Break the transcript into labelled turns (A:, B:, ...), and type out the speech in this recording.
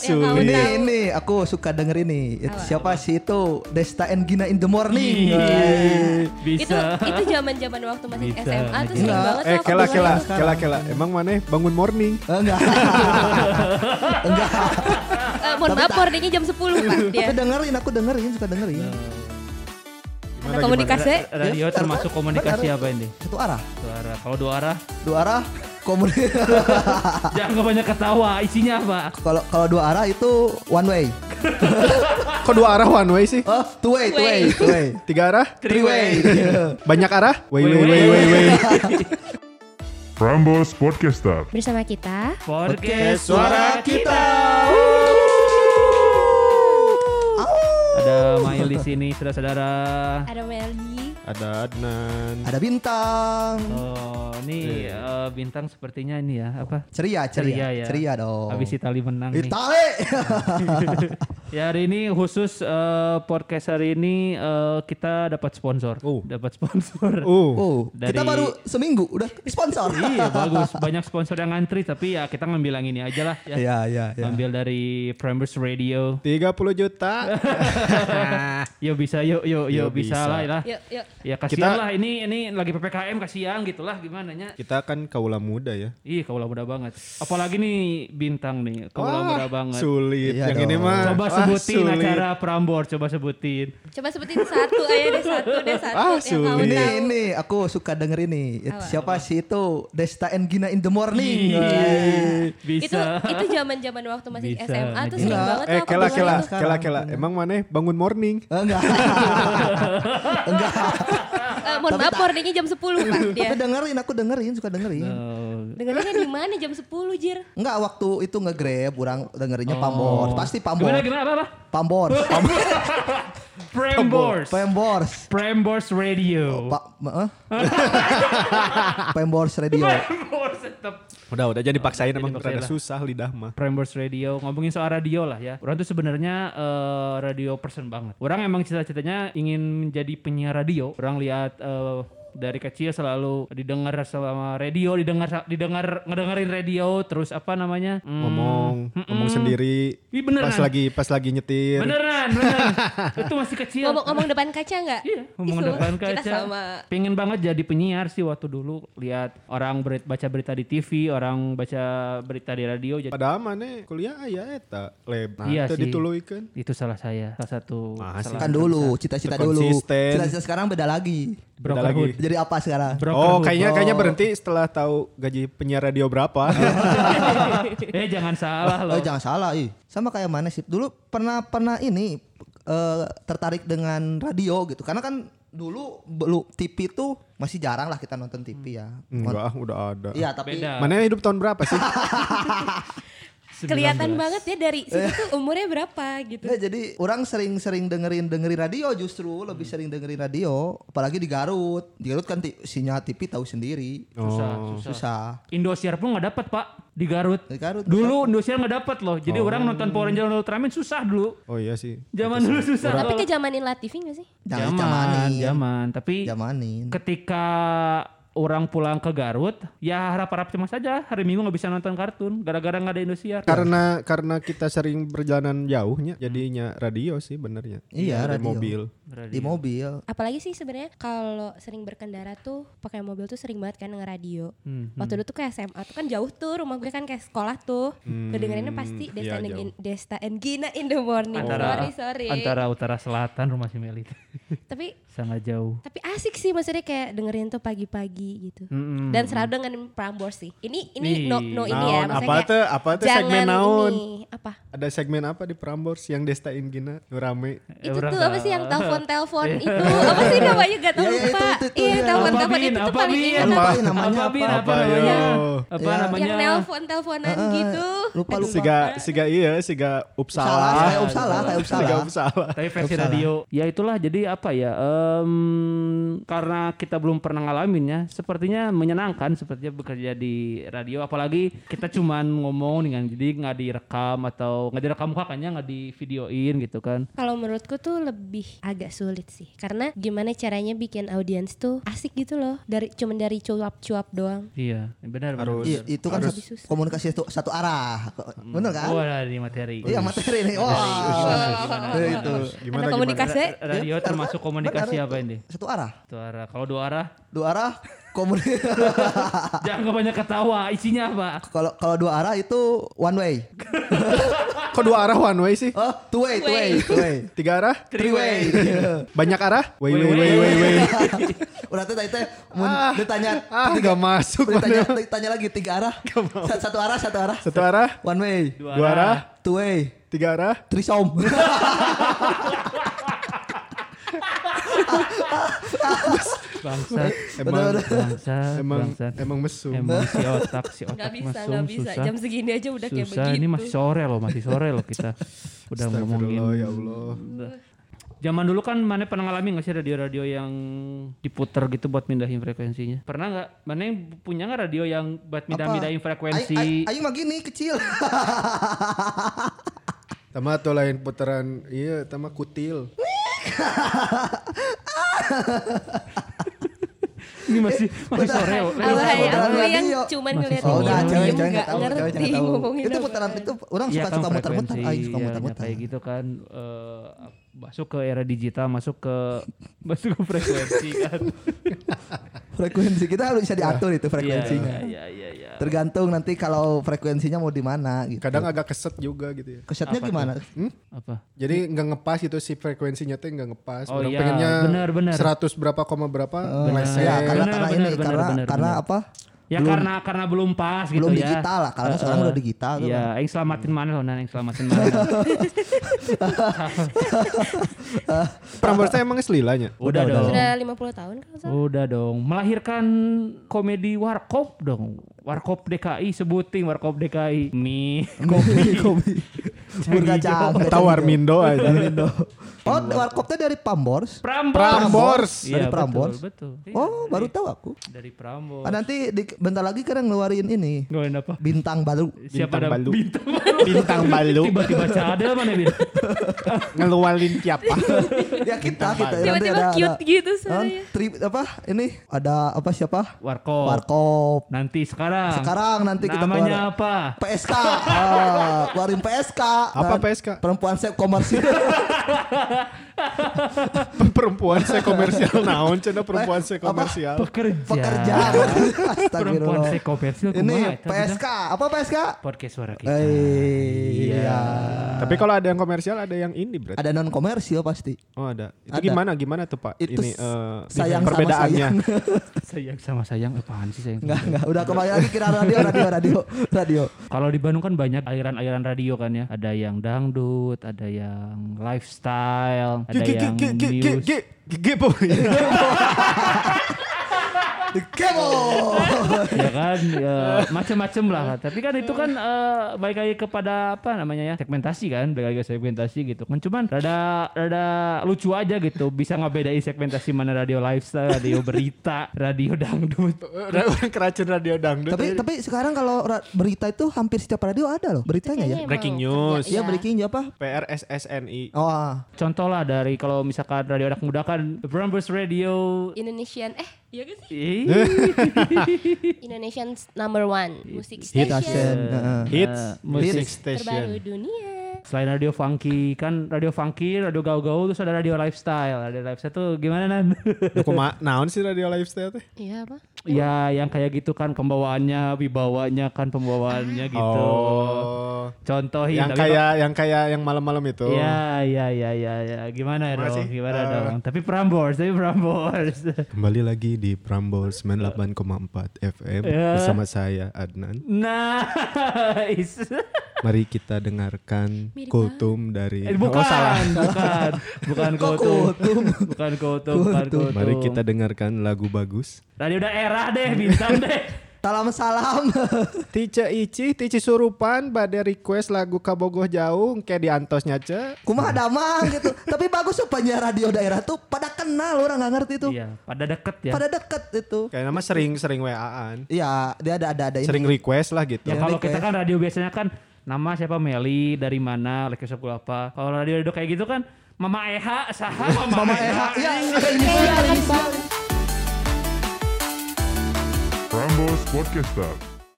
A: Su.
B: Yang kau
A: Ini
B: tahu.
A: ini aku suka denger ini. Itu siapa sih itu? Desta and Gina in the morning.
C: Ih,
A: Iya.
B: Itu
C: Bisa.
B: itu zaman-zaman waktu masih
C: Bisa,
B: SMA tuh
C: bisa.
B: sering
A: Enggak,
B: banget
D: Eh
B: tuh aku
D: kela
B: dengerin.
D: kela kela kela. Emang mana bangun morning?
A: Eh, Enggak. Enggak.
B: Eh, mohon maaf boardingnya jam 10 Pak dia.
A: Aku dengerin, aku dengerin, suka dengerin.
D: Gimana,
B: Anak komunikasi.
C: Ra- Radio
A: Dia-
C: termasuk komunikasi
A: benar.
C: apa ini?
A: Satu arah,
C: Dua arah. Kalau dua arah,
A: dua arah. Komunikasi.
C: jangan kebanyakan ketawa. Isinya apa?
A: Kalau kalau dua arah itu one way.
D: Kok dua arah one way sih?
A: Oh, two way, two way,
B: Way.
A: two way.
D: Tiga arah?
A: Three way.
D: Banyak arah? Way
C: Way,
D: way way way way.
E: Prambors Podcaster.
F: Bersama kita
C: Podcast suara kita.
A: Ah.
C: Ada Mail di sini, saudara-saudara.
B: Ada Meldi.
D: Ada Adnan.
A: Ada bintang.
C: Oh, ini
A: Iya.
C: eh, bintang sepertinya ini ya apa?
A: Ceria, ceria, ceria, dong.
C: ya. Habis Itali menang nih.
A: Itali.
C: Ya hari ini khusus eh, podcast hari ini eh, kita dapat sponsor.
D: Oh.
C: Dapat sponsor.
D: Uh.
A: Oh, kita
C: Dari-
A: baru seminggu udah sponsor.
C: iya bagus. Banyak sponsor yang ngantri tapi ya kita ngambil yang ini aja lah ya.
A: Iya, iya, iya.
C: Ambil dari Prambors Radio.
D: 30 juta.
C: Yo bisa, yuk, yuk,
D: Yo,
C: yuk bisa,
D: bisa.
C: lah, lah.
B: Yuk, yuk.
C: Ya kasihan
D: Kita-
C: lah ini ini lagi PPKM kasihan gitulah gimana nya.
D: Kita kan kaula muda ya.
C: Ih, kaulah muda banget. Apalagi nih bintang nih, kaulah muda banget.
D: Sulit.
A: Iya
D: Yang ini
A: dong.
D: mah.
C: Coba
D: wah,
C: sebutin
D: sulit.
C: acara Prambor, coba sebutin.
B: Coba sebutin satu aja deh satu deh satu yang
D: Ah,
B: kau
D: sulit.
A: Ini
B: tahu.
A: ini aku suka denger ini. Itu Siapa sih itu? Desta and Gina in the morning. Eh,
C: Ih,
B: Itu
C: Iya, Bisa.
B: itu zaman-zaman waktu masih
C: Bisa,
B: SMA tuh
C: bisa.
B: sering
A: Enggak,
B: banget tuh
D: Eh
B: aku
D: kela
B: dengerin
D: kela
B: tuh.
A: tuh.
D: kela kela. Emang mana bangun morning?
A: Eh, Enggak. Enggak.
B: Eh, mohon maaf boardingnya jam 10 Pak dia.
A: Tapi dengerin, aku dengerin, suka dengerin.
C: Oh,
B: Dengerinnya di mana jam 10 jir?
A: Enggak, waktu itu nge-grab, orang dengerinnya Pambor. Pasti Pambor.
C: Gimana Oh. gimana apa apa?
A: Pambor.
C: Prambors.
A: Pembors.
C: Prambors
D: Oh,
C: Radio.
A: Pak, eh? Pembors Radio.
C: Prambors tetap.
D: Udah udah jadi paksain emang
C: dipaksain
D: rada
C: lah.
D: susah lidah mah.
C: Prambors Radio ngomongin soal radio lah ya. Orang tuh sebenarnya eh, radio person banget. Orang emang cita-citanya ingin menjadi penyiar radio. Orang lihat eh, dari kecil selalu didengar selama radio, didengar didengar ngedengerin radio terus apa namanya? Hmm,
D: Oh, Ngomong ngomong sendiri.
C: Ih, beneran.
D: Pas lagi pas lagi nyetir.
C: Beneran, beneran. Itu masih kecil.
B: Ngomong-ngomong depan kaca nggak?
C: Iya, ngomong
B: Ih,
C: depan
B: Kita
C: kaca.
B: sama.
C: Pengen banget jadi penyiar sih waktu dulu lihat orang beri- baca berita di TV, orang baca berita di radio jadi
D: Padahal mana kuliah aya eta lab. Nah,
C: Iya
D: itu
C: sih.
D: dituluikeun.
C: itu salah saya, salah satu
D: Masa
C: salah
A: Kan dulu, cita-cita dulu.
D: Konsisten.
A: Cita-cita sekarang beda lagi.
D: Beda
C: Brotherhood.
D: lagi.
A: Jadi apa sekarang?
C: Brokerhood.
D: Oh, kayaknya kayaknya berhenti setelah tahu gaji penyiar radio berapa.
C: Iya. eh jangan salah loh.
A: Eh, jangan salah, ih. Sama kayak mana sih? Dulu pernah pernah ini eh, tertarik dengan radio gitu. Karena kan dulu belum TV tuh masih jarang lah kita nonton TV ya.
D: Enggak, ah, udah ada.
A: Iya, tapi
C: Hmm. Beda.
D: Mana hidup tahun berapa sih?
B: Kelihatan banget ya dari situ tuh umurnya berapa gitu.
A: Nggak, ya, jadi orang sering-sering dengerin dengerin radio justru lebih
C: Hmm.
A: sering dengerin radio apalagi di Garut. Di Garut kan ti- sinyal TV tahu sendiri.
C: Susah, Oh. susah.
A: Susah.
C: Indosiar pun nggak dapat pak di Garut. Oh.
A: Di Garut,
C: Dulu Indosiar nggak dapat loh. Jadi orang nonton Power Ranger dan Ultraman susah dulu.
D: Oh iya sih.
C: Zaman dulu susah.
B: Nah, Tapi
C: loh.
B: kejamanin Latifi gak sih?
A: Jangan
C: zaman,
A: jamanin.
C: zaman. Tapi
A: Jamanin.
C: ketika orang pulang ke Garut, ya harap-harap cuma saja hari Minggu nggak bisa nonton kartun gara-gara nggak ada Indosiar.
D: Karena karena kita sering berjalanan jauhnya jadinya radio sih benernya.
A: Iya,
D: Dari
A: radio.
D: mobil.
A: Di mobil.
B: Apalagi sih sebenarnya kalau sering berkendara tuh pakai mobil tuh sering banget kan ngeradio.
D: Hmm,
B: Waktu dulu tuh kayak SMA tuh kan jauh tuh rumah gue kan kayak sekolah tuh. Kedengerinnya pasti Desta,
D: Hmm, iya,
B: and
D: jauh.
B: Gin- Desta and Gina in the morning.
C: antara
B: sorry sorry.
C: antara utara selatan rumah si Meli itu.
B: Tapi
C: sangat jauh.
B: tapi asik sih maksudnya kayak dengerin tuh pagi-pagi gitu.
C: Mm-mm.
D: Hmm.
B: Dan selalu dengan Prambors sih. Ini ini
C: Nih,
B: no no ini ya.
D: naon,
B: maksudnya
D: apa
B: kayak
D: tuh, apa tuh segmen
B: jangan
D: naon?
B: ini, apa?
D: Ada segmen apa di Prambors yang Desta Ingina rame?
B: Itu
C: Eh, orang
B: tuh apa sih yang
C: tahu.
B: telepon-telepon itu? Apa sih namanya gak tau
A: Iya, iya,
B: lupa.
A: itu, itu, itu,
B: Iya,
A: iya.
C: apa
B: telepon-telepon
C: bin,
B: itu tuh
C: apa
B: paling
C: bin,
B: ingat
A: Apa?
B: aku.
A: Bin, namanya
C: apa bin,
D: apa?
C: apa
D: Apa,
C: namanya,
D: yo?
C: apa
A: Ya.
C: namanya,
B: Yang nelpon-teleponan
A: Eh, eh,
B: gitu.
A: Lupa lupa.
D: Siga siga iya, siga
A: Salah,
D: Upsala.
A: kayak Uppsala, kayak Uppsala.
D: Siga Upsala.
C: tapi versi
A: Salah.
C: radio. Ya itulah jadi apa ya, em, karena kita belum pernah ngalaminnya, sepertinya menyenangkan sepertinya bekerja di radio apalagi kita cuman ngomong dengan jadi nggak direkam atau nggak direkam kakaknya nggak di videoin gitu kan
B: Kalau menurutku tuh lebih agak sulit sih karena gimana caranya bikin audiens tuh asik gitu loh dari cuman dari cuap-cuap doang.
C: iya benar
D: Harus.
A: I-
C: benar.
A: itu kan
B: Harus-
A: satu- komunikasi satu, satu arah. Bener kan?
C: Hmm. Wah, di materi
A: Iya materi nih. Wah. Ya,
D: iya.
A: itu.
D: Gimana,
B: Ada komunikasi
C: Ra- radio termasuk komunikasi apa ini
A: Satu arah.
C: Satu arah kalau dua arah
A: Dua arah komunikasi.
C: jangan banyak ketawa isinya apa
A: kalau kalau dua arah itu one way.
D: Kok dua arah one way sih?
A: Oh, two way, two way, two way.
D: Tiga arah?
A: Three way.
D: Banyak arah? Way
C: Way,
D: way way way way.
A: Udah tuh tadi teh mun ditanya
D: Ah, gak masuk.
A: ditanya
D: mana.
A: ditanya lagi tiga arah. Sat- Satu arah, satu arah.
D: Satu arah,
A: One way.
C: Dua
D: dua
C: arah.
D: arah,
A: Two way.
D: tiga arah.
A: Trisom.
C: bangsat
D: Emang
C: bangsat
D: emang
C: bangsat
D: emang mesum.
C: Emang si otak si otak
B: Gak bisa,
C: mesum,
B: gak bisa.
C: susah.
B: Jam segini aja udah kayak
C: susah
B: begitu.
C: ini masih sore loh masih sore loh kita udah ngomongin
D: Astagfirullah, ya Allah.
C: zaman dulu kan mana pernah ngalami nggak sih radio-radio yang diputer gitu buat mindahin frekuensinya pernah nggak mana yang punya nggak radio yang buat mindah-mindahin frekuensi
A: Ayo mah gini kecil.
D: Tama atau lain putaran, iya tama kutil.
C: ini masih
A: Eh,
C: masih sore loh
A: Aduh,
B: Apa ya,
A: putaran
B: aku yang
A: radio.
B: cuman
C: Masih
B: ngeliat
C: sore.
A: Oh,
C: Iya,
A: udah,
C: iya,
A: cewek,
C: iya,
A: cewek nggak tahu, cewek
B: ngerti
A: cewek nggak tahu.
B: ngomongin
A: Itu
B: apa.
A: putaran itu orang
C: Iya
A: suka suka
C: kan
A: muter-muter,
C: frekuensi,
A: ah, suka
C: ya,
A: muter-muter.
C: kayak gitu kan eh, masuk ke era digital masuk ke masuk ke frekuensi kan
A: Frekuensi kita harus bisa diatur itu frekuensinya.
C: iya iya iya
A: Tergantung nanti kalau frekuensinya mau di mana gitu.
D: Kadang agak keset juga gitu ya.
A: Kesetnya
C: Apa
A: gimana?
C: apa
D: Jadi nggak ngepas gitu si frekuensinya teh nggak ngepas.
C: Oh
D: Orang
C: iya,
D: pengennya
C: benar, benar. Oh, iya,
D: 100 berapa koma berapa meleset.
A: Ya, karena karena
C: Benar,
A: ini
C: benar, benar,
A: karena
C: benar,
A: karena
C: benar.
A: apa?
C: Ya karena karena belum pas gitu
A: belum
C: ya.
A: digital lah, karena
C: Heeh.
A: sekarang udah digital tuh Hmm.
C: Iya, aing selamatin mana loh, aing selamatin mana.
D: Prambors teh emang selilanya.
C: udah, dong.
B: Sudah 50 tahun kan Ustaz?
C: Udah dong, melahirkan komedi warkop dong. Warkop DKI sebutin warkop DKI. Mie,
A: Kopi, kopi. Burka
C: hijau.
A: jam.
D: Atau Warmindo aja.
A: Oh, warkopnya dari Prambors.
C: Prambors. Iya,
D: Prambors.
A: Dari Prambors.
C: Betul, betul.
A: Oh, baru tahu aku.
C: Dari Prambors.
A: Ah, nanti di- bentar lagi kan ngeluarin ini
C: Ngelain apa?
A: bintang baru.
C: Siapa
D: Bintang
C: ada
D: Balu.
C: bintang
D: Bintang Balu.
C: Tiba-tiba cadel mana bin?
D: Ngelualin siapa?
A: ya kita kita
B: Tiba-tiba
A: nanti ada,
B: cute
A: ada-
B: gitu
A: Hah?
B: suaranya.
A: Tri- apa ini ada apa siapa?
C: Warkop.
A: Warkop.
C: Nanti sekarang.
A: Sekarang nanti kita keluar.
C: Namanya apa?
A: PSK. Ah, keluarin PSK.
D: Apa
A: Dan
D: PSK?
A: Nah, Perempuan seks komersil.
D: perempuan saya komersial naon cina perempuan saya
A: Apa?
D: komersial
C: Pekerja.
A: Pekerja.
C: Perempuan
A: Astagfirullah.
C: seks komersil
A: Ini
C: kumaha eta,
A: PSK. Apa PSK?
C: podcast suara ya, kita.
A: Iya. Eh, iya.
D: tapi kalau ada yang komersial ada yang ini berarti
A: Ada non komersil pasti.
D: oh ada itu
A: Ada.
D: gimana gimana tuh pak
A: Itu
D: ini eh,
A: sayang sama
D: perbedaannya
C: sayang sama sayang eh, apaan sih sayang?
A: Enggak, enggak. Udah kembali lagi kira radio, radio, radio, radio.
C: Kalau di Bandung kan banyak airan-airan radio kan ya. Ada yang dangdut, ada yang lifestyle, ada
D: Ge- ge-
C: yang
D: ge- ge- ge-
C: news.
D: ge- ge- ge- boy.
A: The Kemo.
C: ya kan ya, macem-macem lah tapi kan itu kan eh, baik lagi kepada apa namanya ya segmentasi kan baik lagi ke segmentasi gitu kan cuman rada rada lucu aja gitu bisa ngebedain segmentasi mana radio lifestyle radio berita radio dangdut
D: Orang keracun radio dangdut
A: tapi tapi sekarang kalau ra- berita itu hampir setiap radio ada loh beritanya
B: Kayaknya
A: ya.
D: Breaking
B: emang
D: news.
B: kerja,
A: Iya, breaking apa?
C: Eh,
D: PRSSNI
A: Oh, ah.
C: contoh lah dari kalau misalkan radio anak muda kan Brambers Radio
B: Indonesian eh iya gak sih
C: Ih,
B: Indonesian number one music
D: Hit
A: station.
B: station
A: Heeh.
D: hits music
A: Hits.
B: terbaru
D: station
B: dunia
C: Eh, Selain radio funky kan radio funky, radio gaul-gaul terus ada radio lifestyle. Radio lifestyle tuh gimana nan?
D: Duh, kuma- naon sih radio lifestyle teh
B: iya apa
C: ya yang kayak gitu kan pembawaannya, wibawanya kan pembawaannya gitu.
D: oh
C: Contohin
D: yang
C: tapi kok-
D: kayak yang kayak yang malam-malam itu
C: Ya, ya, ya, ya, ya. Gimana ya
D: Gimana
C: dong?
D: sih?
C: Gimana
D: Eh.
C: dong? Tapi Prambors, tapi Prambors.
D: kembali lagi di Prambors 98,4 FM
C: Ya.
D: bersama saya Adnan
C: Nah, nice.
D: Mari kita dengarkan kultum dari
C: Eh, bukan,
D: Oh, salah.
C: bukan, bukan
A: Iya. Kok
C: Kotum.
A: Kotum?
C: bukan Nah, Kotum, bukan Kotum.
D: Mari kita dengarkan lagu bagus.
C: Radio daerah deh, bintang deh.
A: Salam salam.
D: Tice Ici, Tice Surupan pada request lagu Kabogoh Jauh kayak diantosnya ce.
A: Kumaha damang gitu. Tapi bagus tuh penyiar radio daerah tuh pada kenal orang nggak ngerti tuh.
C: Iya, pada deket ya.
A: Pada deket itu.
D: Kayak nama sering-sering WA-an.
A: Iya, dia ada ada ada ini.
D: Sering request lah gitu.
C: Ya
A: Yang
C: kalau
A: request.
C: kita kan radio biasanya kan nama siapa Meli dari mana, like shop gua apa. Kalau radio radio kayak gitu kan Mama Eha, saha Mama,
A: Mama
C: Eha.
A: Eha. Iya,
C: anjing.
A: ada gitu, ada gitu.
E: Prambors Podcaster.